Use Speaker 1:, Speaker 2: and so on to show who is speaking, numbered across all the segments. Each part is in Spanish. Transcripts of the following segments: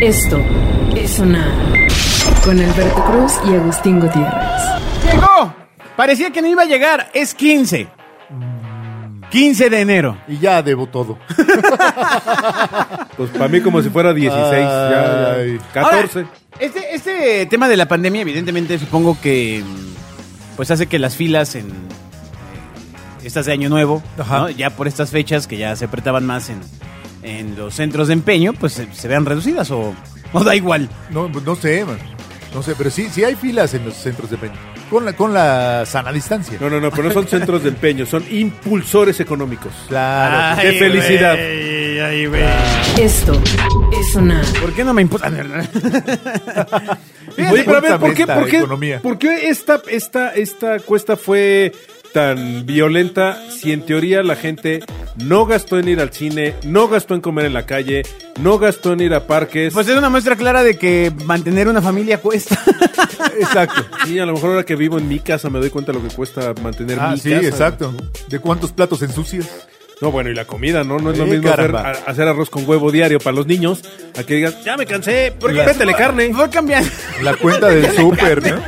Speaker 1: Esto es sonar con Alberto Cruz y Agustín Gutiérrez.
Speaker 2: ¡Llegó! Parecía que no iba a llegar. Es 15. 15 de enero.
Speaker 3: Y ya debo todo.
Speaker 4: Pues para mí como si fuera 16, ya,
Speaker 3: Ay.
Speaker 4: ya, 14.
Speaker 2: Ahora, este, este tema de la pandemia, evidentemente, supongo que mm, pues hace que las filas en eh, estas de Año Nuevo, ¿no? ya por estas fechas que ya se apretaban más en, en los centros de empeño, pues se, se vean reducidas o, o da igual.
Speaker 3: No, no sé, man. No sé, pero sí, sí hay filas en los centros de empeño. Con la, con la sana distancia.
Speaker 4: No, no, no, pero no son centros de empeño, son impulsores económicos.
Speaker 3: Claro.
Speaker 4: ¡Qué felicidad!
Speaker 1: Esto es sonar
Speaker 2: Eh, ¿Por qué no me importa?
Speaker 4: Oye, pero a
Speaker 3: Cuéntame
Speaker 4: ver, ¿por qué,
Speaker 3: esta
Speaker 4: por qué,
Speaker 3: economía.
Speaker 4: por qué esta, esta, esta cuesta fue tan violenta si en teoría la gente no gastó en ir al cine, no gastó en comer en la calle, no gastó en ir a parques?
Speaker 2: Pues es una muestra clara de que mantener una familia cuesta.
Speaker 4: exacto. Sí, a lo mejor ahora que vivo en mi casa me doy cuenta de lo que cuesta mantener
Speaker 3: Ah,
Speaker 4: mi
Speaker 3: sí,
Speaker 4: casa.
Speaker 3: exacto. ¿De cuántos platos ensucias?
Speaker 4: No, bueno, y la comida, ¿no? No es lo
Speaker 3: Sí,
Speaker 4: mismo hacer,
Speaker 3: caramba.
Speaker 4: a- hacer arroz con huevo diario para los niños a que digan, ya me cansé,
Speaker 2: Porque
Speaker 4: métele carne.
Speaker 2: Voy a cambiar.
Speaker 3: La cuenta del súper, ¿no?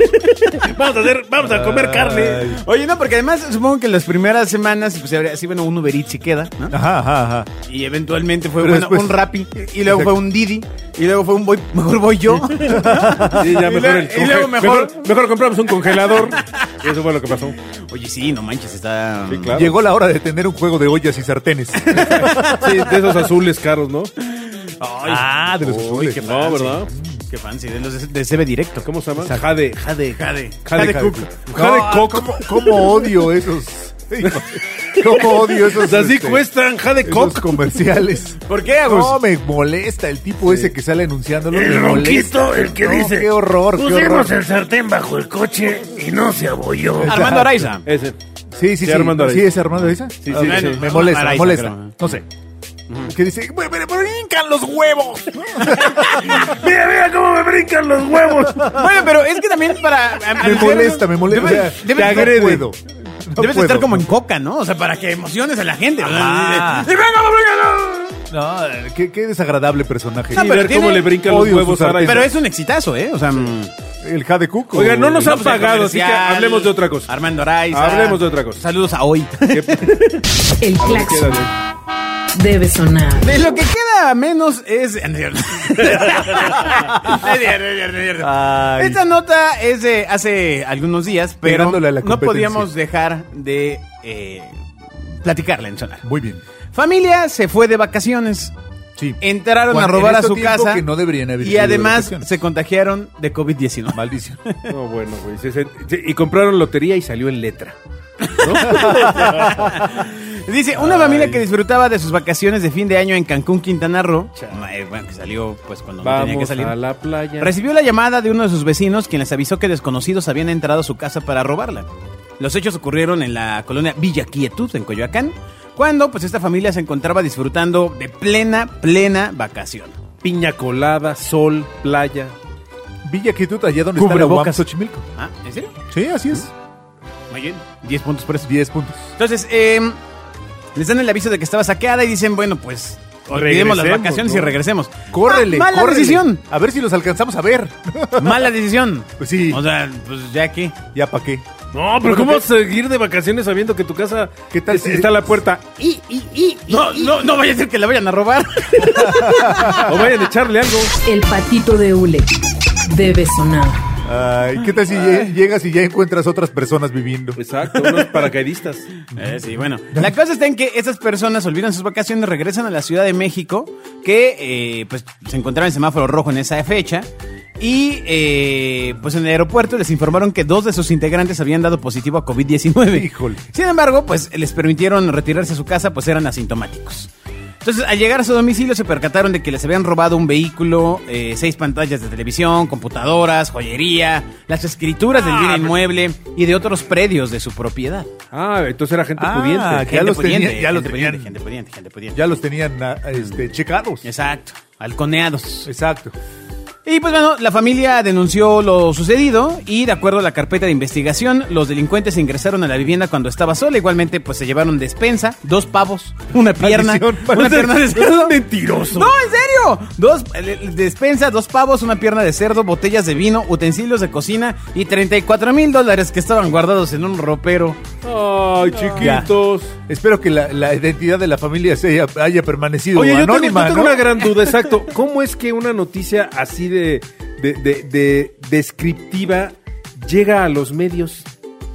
Speaker 4: Vamos a hacer, vamos a comer carne.
Speaker 2: Oye, no, porque además supongo que las primeras semanas, pues habría- sí, bueno, un Uber Eats se queda, ¿no?
Speaker 3: Ajá, ajá, ajá.
Speaker 2: Y eventualmente fue
Speaker 3: Ah. Pero
Speaker 2: bueno,
Speaker 3: después-
Speaker 2: un Rappi, y luego fue un Didi, y luego fue un voy, mejor voy yo.
Speaker 4: Sí, ya
Speaker 2: Y
Speaker 4: mejor
Speaker 2: luego-
Speaker 4: el
Speaker 2: y luego mejor-
Speaker 4: conge- mejor, mejor compramos un congelador. Y eso fue lo que pasó.
Speaker 2: Oye, sí, no manches, está...
Speaker 4: Sí, claro.
Speaker 3: Llegó la hora de tener un juego de ollas y sartenes.
Speaker 4: Sí, de esos azules caros, ¿no?
Speaker 2: Ay,
Speaker 3: Ah, de los
Speaker 2: uy,
Speaker 3: azules.
Speaker 2: qué
Speaker 4: No,
Speaker 2: fancy.
Speaker 4: ¿verdad?
Speaker 2: Qué fancy, de los de, de CB Directo.
Speaker 4: ¿Cómo se llama? Jade.
Speaker 2: Jade, jade.
Speaker 4: Jade Cook.
Speaker 3: No,
Speaker 4: Jade Cook.
Speaker 3: ¿cómo, cómo odio esos? ¿Cómo odio
Speaker 4: O
Speaker 3: esos?
Speaker 4: sea, Pues Así
Speaker 3: este,
Speaker 4: cuestan, Jade
Speaker 3: esos
Speaker 4: Cook.
Speaker 3: comerciales.
Speaker 2: ¿Por qué, Agus?
Speaker 3: No, me molesta el tipo ese que sale anunciándolo.
Speaker 5: El
Speaker 3: me molesta.
Speaker 5: ronquito, el que
Speaker 3: No,
Speaker 5: dice.
Speaker 3: Qué horror, qué
Speaker 5: Pusimos
Speaker 3: horror. Ah.
Speaker 5: el sartén bajo el coche y no se abolló.
Speaker 2: Armando Araiza.
Speaker 4: Ese.
Speaker 3: Sí, sí, sí.
Speaker 4: Sí, Armando
Speaker 3: ¿Sí
Speaker 4: Araiza.
Speaker 3: es Armando Araiza? Sí,
Speaker 4: sí,
Speaker 3: me,
Speaker 4: sí.
Speaker 3: me molesta, me
Speaker 2: Araiza,
Speaker 3: molesta.
Speaker 2: creo.
Speaker 3: No sé. Que dice, "Pero- pero pero hincan los huevos.
Speaker 5: Mira, mira cómo me brincan los huevos.
Speaker 2: Bueno, pero es que también para...
Speaker 3: me molesta, me molesta.
Speaker 2: Debe-
Speaker 3: o sea,
Speaker 2: debe
Speaker 3: no
Speaker 2: estar-
Speaker 3: puedo. No
Speaker 2: Debes
Speaker 3: puedo.
Speaker 2: estar como en coca, ¿no? O sea, para que emociones a la gente.
Speaker 3: Ajá.
Speaker 2: ¡Y venga, venga, no!
Speaker 3: No, eh, qué, qué desagradable personaje.
Speaker 2: No,
Speaker 4: Y
Speaker 2: pero
Speaker 4: ver cómo
Speaker 2: tiene-
Speaker 4: le brincan los
Speaker 3: odio
Speaker 4: huevos
Speaker 3: sus
Speaker 4: a Araiza.
Speaker 2: Pero es un exitazo, ¿eh? O sea... mm,
Speaker 3: El jade cuco.
Speaker 4: Oiga, no nos
Speaker 3: güey.
Speaker 4: han
Speaker 2: pues, el
Speaker 4: pagado, así que
Speaker 2: comercial,
Speaker 4: hablemos de otra cosa.
Speaker 2: Armando Araiza.
Speaker 4: Hablemos de otra cosa.
Speaker 2: Saludos a hoy.
Speaker 1: El
Speaker 4: A ver,
Speaker 1: claxon
Speaker 4: quédale.
Speaker 1: debe sonar.
Speaker 2: De lo que queda menos es. Es cierto, es cierto, es cierto.
Speaker 3: Ay.
Speaker 2: Esta nota es de hace algunos días, pero
Speaker 3: Pegándole a la
Speaker 2: no
Speaker 3: competencia.
Speaker 2: podíamos dejar de eh, platicarla en sonar.
Speaker 3: Muy bien.
Speaker 2: Familia se fue de vacaciones.
Speaker 3: Sí.
Speaker 2: Entraron a
Speaker 3: Cuando-
Speaker 2: robar
Speaker 3: en
Speaker 2: a
Speaker 3: este
Speaker 2: su
Speaker 3: tiempo
Speaker 2: casa.
Speaker 3: que no deberían haber
Speaker 2: y
Speaker 3: sido de
Speaker 2: además
Speaker 3: vacaciones.
Speaker 2: se contagiaron de COVID-19.
Speaker 3: Maldición.
Speaker 4: No, bueno, güey. se- se- se- Y compraron lotería y salió en letra.
Speaker 2: Dice, una familia que disfrutaba de sus vacaciones de fin de año en Cancún, Quintana Roo. eh, Bueno, que salió pues cuando no tenía que
Speaker 4: Vamos
Speaker 2: salir.
Speaker 4: a la playa.
Speaker 2: Recibió la llamada de uno de sus vecinos quien les avisó que desconocidos habían entrado a su casa para robarla. Los hechos ocurrieron en la colonia Villa Quietud, en Coyoacán, cuando pues esta familia se encontraba disfrutando de plena, plena vacación.
Speaker 4: Piña colada, sol, playa.
Speaker 3: Villa Quitut, allá donde está la UAM
Speaker 2: Cubrebocas.
Speaker 3: Xochimilco.
Speaker 2: ¿Ah? ¿En serio?
Speaker 3: Sí, así es.
Speaker 2: Muy bien. 10 puntos por eso.
Speaker 3: 10 puntos.
Speaker 2: Entonces, eh, les dan el aviso de que estaba saqueada y dicen, bueno, pues olvidemos las
Speaker 4: Regresemos,
Speaker 2: vacaciones
Speaker 4: ¿no?
Speaker 2: y regresemos.
Speaker 3: Córrele,
Speaker 2: Ma- Ah, mala
Speaker 3: córrele.
Speaker 2: decisión.
Speaker 3: A ver si los alcanzamos a ver.
Speaker 2: Mala decisión.
Speaker 3: Pues sí.
Speaker 2: O sea, pues ya que.
Speaker 3: ya pa' qué.
Speaker 4: No, pero ¿cómo vas a seguir de vacaciones sabiendo que tu casa
Speaker 3: ¿Qué tal
Speaker 4: es-
Speaker 3: si-
Speaker 4: está a la puerta?
Speaker 2: Y, y, y, no, no, no vaya a ser que la vayan a robar.
Speaker 4: O vayan a echarle algo.
Speaker 1: El patito de hule debe sonar.
Speaker 3: Ay, ¿qué tal si lle- llegas y ya encuentras otras personas viviendo?
Speaker 4: Exacto, unos paracaidistas.
Speaker 2: Eh, sí, bueno. La cosa está en que estas personas olvidan sus vacaciones, regresan a la Ciudad de México, que eh, pues se encontraba en semáforo rojo en esa fecha. Y eh, pues en el aeropuerto les informaron que dos de sus integrantes habían dado positivo a COVID-19.
Speaker 3: Híjole.
Speaker 2: Sin embargo, pues les permitieron retirarse a su casa, pues eran asintomáticos. Entonces, al llegar a su domicilio se percataron de que les habían robado un vehículo, eh, seis pantallas de televisión, computadoras, joyería, las escrituras del bien inmueble y de otros predios de su propiedad.
Speaker 4: Ah, entonces era gente
Speaker 3: Ah,
Speaker 4: pudiente.
Speaker 3: que ya los
Speaker 2: pudiente,
Speaker 3: tenían- ya los
Speaker 2: gente pudiente,
Speaker 3: tenían.
Speaker 2: gente pudiente, gente pudiente.
Speaker 3: Ya los tenían ah, este, checados.
Speaker 2: Exacto, halconeados.
Speaker 3: Exacto.
Speaker 2: Y pues bueno, la familia denunció lo sucedido y de acuerdo a la carpeta de investigación, los delincuentes ingresaron a la vivienda cuando estaba sola. Igualmente, pues se llevaron despensa, dos pavos, una pierna,
Speaker 3: Maldición,
Speaker 2: una
Speaker 3: parece-
Speaker 2: pierna de cerdo.
Speaker 4: mentiroso.
Speaker 2: No, en serio. Dos eh, despensa, dos pavos, una pierna de cerdo, botellas de vino, utensilios de cocina y 34 mil dólares que estaban guardados en un ropero.
Speaker 4: Ay, chiquitos.
Speaker 3: Espero que la, la identidad de la familia se haya, haya permanecido
Speaker 4: Oye, yo tengo-
Speaker 3: anónima,
Speaker 4: yo tengo,
Speaker 3: ¿no?
Speaker 4: una gran duda, exacto. ¿Cómo es que una noticia así de, de- de- de descriptiva llega a los medios?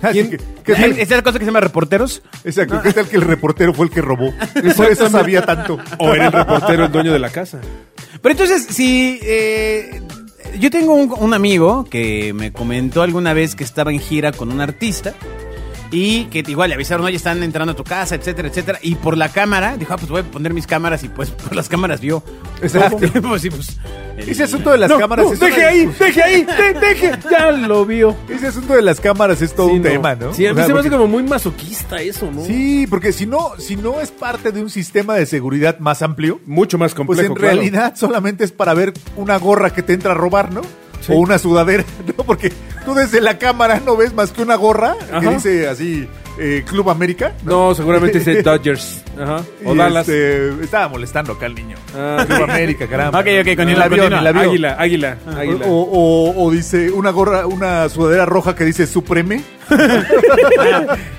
Speaker 3: Así
Speaker 4: ¿Quién-
Speaker 3: que- ¿qué
Speaker 2: Eh,
Speaker 3: tal?
Speaker 2: ¿Es la cosa que se llama reporteros?
Speaker 3: Exacto, ¿qué tal que el reportero fue el que robó? Por eso sabía tanto.
Speaker 4: ¿O era el reportero el dueño de la casa?
Speaker 2: Pero entonces, si... eh, yo tengo un, un amigo que me comentó alguna vez que estaba en gira con un artista y que igual le avisaron, oye, están entrando a tu casa, etcétera, etcétera. Y por la cámara, dijo, ah, pues voy a poner mis cámaras y pues por las cámaras vio.
Speaker 3: Exacto.
Speaker 2: Pues sí, pues, el-
Speaker 3: Ese asunto de las
Speaker 4: No,
Speaker 3: cámaras
Speaker 4: no,
Speaker 3: es
Speaker 4: deje
Speaker 3: una-
Speaker 4: ahí, deje ahí, de- deje. Ya lo vio.
Speaker 3: Ese asunto de las cámaras es todo
Speaker 4: Sí,
Speaker 3: un tema, ¿no?
Speaker 4: Sí, a
Speaker 3: O
Speaker 4: mí
Speaker 3: sea,
Speaker 4: se me hace
Speaker 3: porque-
Speaker 4: como muy masoquista eso, ¿no?
Speaker 3: Sí, porque si no, si no es parte de un sistema de seguridad más amplio,
Speaker 4: Mucho más complejo.
Speaker 3: pues en
Speaker 4: claro.
Speaker 3: realidad solamente es para ver una gorra que te entra a robar, ¿no?
Speaker 4: Sí.
Speaker 3: O una sudadera, ¿no? Porque tú desde la cámara no ves más que una gorra que
Speaker 4: Ajá.
Speaker 3: dice así eh, Club América.
Speaker 4: No, seguramente es Dodgers. Ajá. O
Speaker 3: Y,
Speaker 4: Dallas.
Speaker 3: este, estaba molestando acá al niño.
Speaker 4: Ah.
Speaker 3: Club América, caramba.
Speaker 2: Ok, ok, continúa,
Speaker 3: la vio,
Speaker 2: continúa.
Speaker 3: la vio. Ah,
Speaker 4: Águila, águila, águila.
Speaker 3: O, o- o dice una gorra, una sudadera roja que dice Supreme.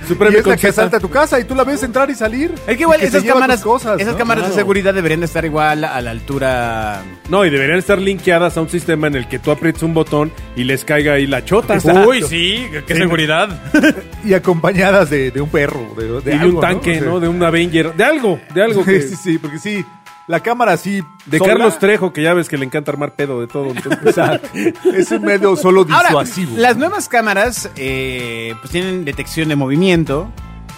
Speaker 4: Supreme
Speaker 3: y es la
Speaker 4: con
Speaker 3: que
Speaker 4: Z. Eh.
Speaker 3: asalta tu casa y tú la ves entrar y salir.
Speaker 2: Es que igual
Speaker 3: Y que se
Speaker 2: esas
Speaker 3: lleva tus
Speaker 2: cámaras,
Speaker 3: cosas,
Speaker 2: esas
Speaker 3: ¿no?
Speaker 2: cámaras de
Speaker 3: Claro.
Speaker 2: seguridad deberían estar igual a la altura.
Speaker 4: No, y deberían estar linkeadas a un sistema en el que tú aprietes un botón y les caiga ahí la chota.
Speaker 3: Exacto.
Speaker 2: sí, qué
Speaker 4: Sí.
Speaker 2: seguridad.
Speaker 3: Y acompañadas de, de un perro, de,
Speaker 4: Y
Speaker 3: de
Speaker 4: de
Speaker 3: algo,
Speaker 4: un tanque,
Speaker 3: O
Speaker 4: ¿no?
Speaker 3: sea,
Speaker 4: De un Avenger. De algo, de algo que...
Speaker 3: Sí, sí, sí, porque sí, la cámara sí.
Speaker 4: De
Speaker 3: sola
Speaker 4: Carlos Trejo, que ya ves que le encanta armar pedo de todo. entonces.
Speaker 3: Es un medio solo
Speaker 2: Ahora,
Speaker 3: disuasivo.
Speaker 2: las nuevas cámaras eh, pues tienen detección de movimiento,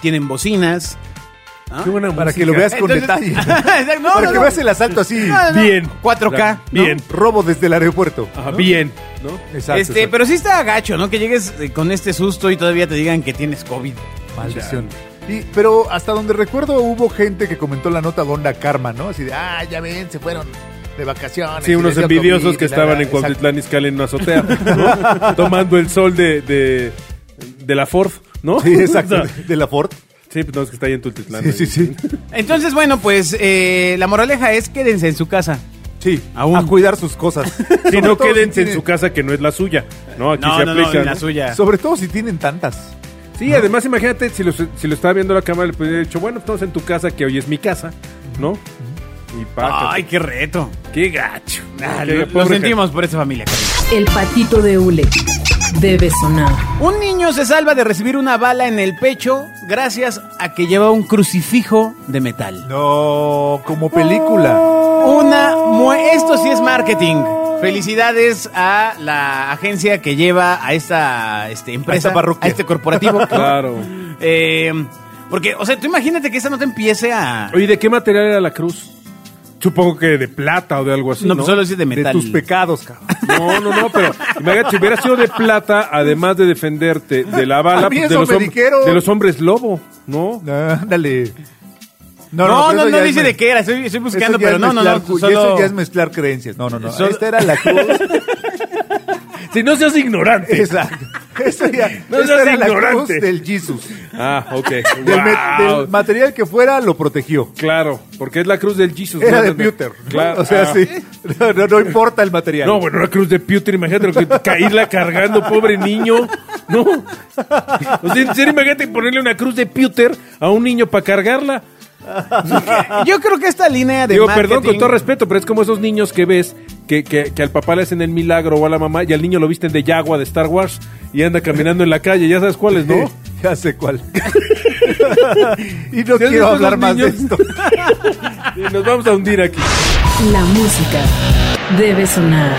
Speaker 2: tienen bocinas. ¿no?
Speaker 4: Qué buena
Speaker 3: para
Speaker 4: música.
Speaker 3: que lo veas con detalle.
Speaker 2: Exacto, no,
Speaker 3: para
Speaker 2: no,
Speaker 3: que
Speaker 2: no.
Speaker 3: veas el asalto así.
Speaker 2: No, no.
Speaker 4: Bien.
Speaker 2: 4K. ¿no?
Speaker 4: Bien.
Speaker 3: Robo desde el aeropuerto.
Speaker 4: Ajá,
Speaker 3: ¿no?
Speaker 4: bien, ¿no?
Speaker 3: Exacto.
Speaker 2: este,
Speaker 3: exacto.
Speaker 2: pero sí está gacho, ¿no? Que llegues eh, con este susto y todavía te digan que tienes COVID.
Speaker 3: Maldición. Y- pero hasta donde recuerdo hubo gente que comentó la nota de Onda Karma, ¿no? Así de, ah, ya ven, se fueron de vacaciones.
Speaker 4: Sí,
Speaker 3: y
Speaker 4: unos
Speaker 3: les dio
Speaker 4: envidiosos
Speaker 3: COVID,
Speaker 4: que
Speaker 3: y la, la,
Speaker 4: estaban en
Speaker 3: exacto.
Speaker 4: Cuautitlán Izcalli en una azotea, ¿no? Tomando el sol de, de, de la Ford, ¿no?
Speaker 3: Sí, exacto.
Speaker 4: O sea,
Speaker 3: De la Ford.
Speaker 4: sí, pues no, es que está ahí en Tultitlán.
Speaker 3: Sí,
Speaker 4: ahí.
Speaker 3: sí, sí.
Speaker 2: Entonces, bueno, pues eh, la moraleja es quédense en su casa.
Speaker 3: Sí,
Speaker 2: Aún.
Speaker 3: a cuidar sus cosas.
Speaker 4: Si
Speaker 3: Sobre
Speaker 4: no,
Speaker 3: todo si
Speaker 4: quédense en
Speaker 3: tienen-
Speaker 4: su casa que no es la suya, ¿no? Aquí
Speaker 2: no,
Speaker 4: se
Speaker 2: no,
Speaker 4: aplica.
Speaker 2: no, en
Speaker 4: ¿no?
Speaker 2: la suya.
Speaker 3: Sobre todo si tienen tantas.
Speaker 4: Sí, además imagínate, si lo, si lo estaba viendo la cámara, le podría haber dicho, bueno, estamos en tu casa, que hoy es mi casa, ¿no? Y paca.
Speaker 2: Ay, qué reto.
Speaker 4: qué gacho.
Speaker 2: Ah,
Speaker 4: Qué
Speaker 2: lo, lo
Speaker 4: pobre gente.
Speaker 2: sentimos por esa familia. cariño.
Speaker 1: El patito de hule debe sonar.
Speaker 2: Un niño se salva de recibir una bala en el pecho gracias a que lleva un crucifijo de metal.
Speaker 3: No, como película.
Speaker 2: Una mue- esto sí es marketing. Felicidades a la agencia que lleva a esta este, empresa,
Speaker 3: esta parroquia.
Speaker 2: este corporativo.
Speaker 4: Claro.
Speaker 2: Eh, porque, o sea, tú imagínate que esta no te empiece a...
Speaker 4: Oye, ¿de qué material era la cruz? Supongo que de plata o de algo así,
Speaker 2: No,
Speaker 4: ¿no?
Speaker 2: pues solo es de
Speaker 3: De,
Speaker 2: metal.
Speaker 3: tus pecados, cabrón.
Speaker 4: No, no, no, pero imagínate, si hubiera sido de plata, además de defenderte de la bala,
Speaker 3: A mí
Speaker 4: pues, de
Speaker 3: eso
Speaker 4: los,
Speaker 3: me
Speaker 4: hom-
Speaker 3: dijeron.
Speaker 4: de los hombres lobo, ¿no?
Speaker 3: Ah, Ándale.
Speaker 2: no, no, no,
Speaker 3: pero eso ya es
Speaker 2: dice
Speaker 3: me-
Speaker 2: de qué era. Estoy, estoy
Speaker 3: eso
Speaker 2: buscando,
Speaker 3: ya
Speaker 2: pero
Speaker 3: es
Speaker 2: no, no,
Speaker 3: mezclar
Speaker 2: no.
Speaker 3: cu- y
Speaker 2: solo-
Speaker 3: Eso ya es mezclar creencias. No, no, no.
Speaker 2: Solo-
Speaker 3: Esta era la cruz.
Speaker 4: Si no seas ignorante.
Speaker 3: Exacto. Eso ya,
Speaker 4: No
Speaker 3: esta
Speaker 4: seas
Speaker 3: era la cruz
Speaker 4: ignorante.
Speaker 3: del Jesus.
Speaker 4: Ah, ok.
Speaker 3: Del, me-
Speaker 4: Wow.
Speaker 3: del material que fuera, lo protegió.
Speaker 4: Claro, porque es la cruz del Jesus.
Speaker 3: Era
Speaker 4: Pues ¿no?
Speaker 3: de Pewter.
Speaker 4: Claro.
Speaker 3: O sea,
Speaker 4: Ah.
Speaker 3: sí. No, no, no importa el material.
Speaker 4: No, bueno, una cruz de Pewter, imagínate lo que caerla cargando, pobre niño. No. O sea, en serio, imagínate ponerle una cruz de Pewter a un niño para cargarla.
Speaker 2: Yo creo que esta línea de
Speaker 4: Digo, perdón,
Speaker 2: marketing-
Speaker 4: con todo respeto, pero es como esos niños que ves que, que- que al papá le hacen el milagro o a la mamá y al niño lo visten de Yagua de Star Wars y anda caminando en la calle, ya sabes cuáles, ¿no?
Speaker 3: Sí, ya sé cuál. y no
Speaker 4: ¿Sí has
Speaker 3: quiero
Speaker 4: visto
Speaker 3: hablar
Speaker 4: esos
Speaker 3: más de
Speaker 4: niños?
Speaker 3: esto.
Speaker 4: Sí, Nos vamos a hundir aquí.
Speaker 1: La música debe sonar.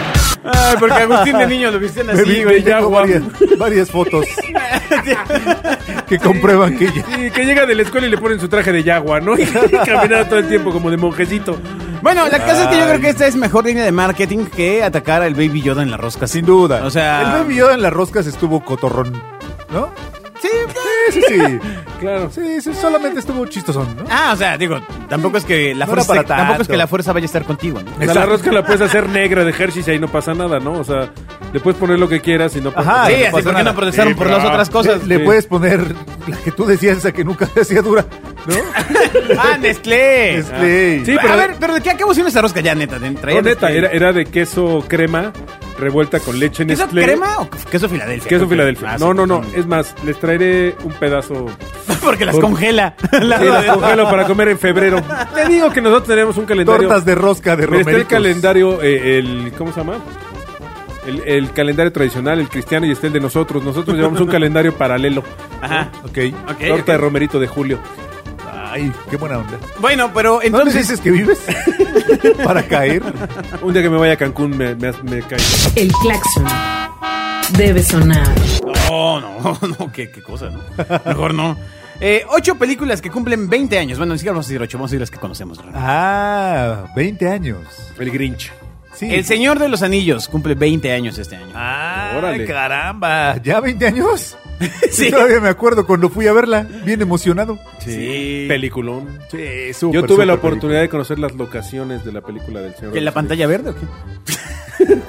Speaker 2: Ay, porque Agustín de niño lo visten
Speaker 3: Me
Speaker 2: así,
Speaker 3: vi-
Speaker 2: güey.
Speaker 3: tengo
Speaker 2: ya, guau.
Speaker 3: varias, varias fotos que comprueban que ya.
Speaker 4: Sí, que llega de la escuela y le ponen su traje de Yagua, ¿no? Y caminaba todo el tiempo como de monjecito.
Speaker 2: Bueno, la cosa es que yo creo que esta es mejor línea de marketing que atacar al Baby Yoda en la rosca.
Speaker 3: Sin duda.
Speaker 2: O sea-
Speaker 3: El baby Yoda en las roscas estuvo cotorrón, ¿no?
Speaker 2: Sí,
Speaker 3: sí, sí.
Speaker 4: Claro.
Speaker 3: Sí, sí, solamente estuvo chistosón, ¿no?
Speaker 2: Ah, o sea, digo, tampoco es que la
Speaker 3: No
Speaker 2: fuerza
Speaker 3: era para
Speaker 2: se- tampoco es
Speaker 3: tanto.
Speaker 2: que la fuerza vaya a estar contigo, ¿no?
Speaker 4: O sea, la rosca la puedes hacer negra de Hershey's y ahí no pasa nada, ¿no? O sea, le puedes poner lo que quieras y no pasa
Speaker 3: Ajá, no
Speaker 4: nada.
Speaker 2: sí, así,
Speaker 3: pasa
Speaker 2: ¿por qué
Speaker 3: nada.
Speaker 2: no protestaron
Speaker 4: Sí,
Speaker 2: por
Speaker 4: pero-
Speaker 2: las otras cosas?
Speaker 3: Le, le
Speaker 4: sí.
Speaker 3: puedes poner la que tú decías, esa que nunca te hacía dura, ¿no?
Speaker 2: ¡Ah, Nestlé!
Speaker 3: Este,
Speaker 4: Sí, pero-
Speaker 2: a ver, pero ¿de qué acabó siendo esa rosca ya, neta? de- traía
Speaker 4: No, neta,
Speaker 2: Nestlé.
Speaker 4: era, era de queso crema revuelta con leche
Speaker 2: ¿Queso
Speaker 4: Nestlé.
Speaker 2: crema o queso Filadelfia?
Speaker 4: Queso
Speaker 2: Creo que-
Speaker 4: Filadelfia.
Speaker 2: Ah,
Speaker 4: No,
Speaker 2: sí,
Speaker 4: no, no.
Speaker 2: sí.
Speaker 4: Es más, les traeré un pedazo.
Speaker 2: Porque las
Speaker 4: Por-
Speaker 2: congela. La-
Speaker 4: Sí, las congelo para comer en febrero. Te digo que nosotros tenemos un calendario.
Speaker 3: Tortas de rosca de
Speaker 4: Pero está el
Speaker 3: romeritos.
Speaker 4: calendario, eh, el, ¿cómo se llama? El, el calendario tradicional, el cristiano y está el de nosotros. Nosotros llevamos un calendario paralelo.
Speaker 2: Ajá.
Speaker 3: Ok.
Speaker 2: Ok,
Speaker 4: Torta de
Speaker 2: ok.
Speaker 4: romerito de julio.
Speaker 3: Ay, qué buena onda.
Speaker 2: Bueno, pero
Speaker 3: ¿No les
Speaker 2: entonces...
Speaker 3: dices que vives? Para caer.
Speaker 4: Un día que me vaya a Cancún me, me, me caigo.
Speaker 1: El claxon debe sonar.
Speaker 2: No, no, no, qué, qué cosa, ¿no? Mejor no. Eh, ocho películas que cumplen 20 años. Bueno, ni siquiera vamos a decir ocho, vamos a decir las que conocemos.
Speaker 3: Ah, 20 años.
Speaker 4: El Grinch.
Speaker 3: Sí.
Speaker 2: El Señor de los Anillos cumple 20 años este año.
Speaker 3: Ah,
Speaker 4: Órale.
Speaker 3: caramba. ¿Ya 20 años?
Speaker 2: Sí.
Speaker 3: Yo Todavía me acuerdo cuando fui a verla, bien emocionado.
Speaker 2: Sí.
Speaker 4: Peliculón.
Speaker 3: Sí,
Speaker 4: Yo tuve la oportunidad de conocer las locaciones de la película del señor.
Speaker 2: ¿Que en la pantalla verde o qué?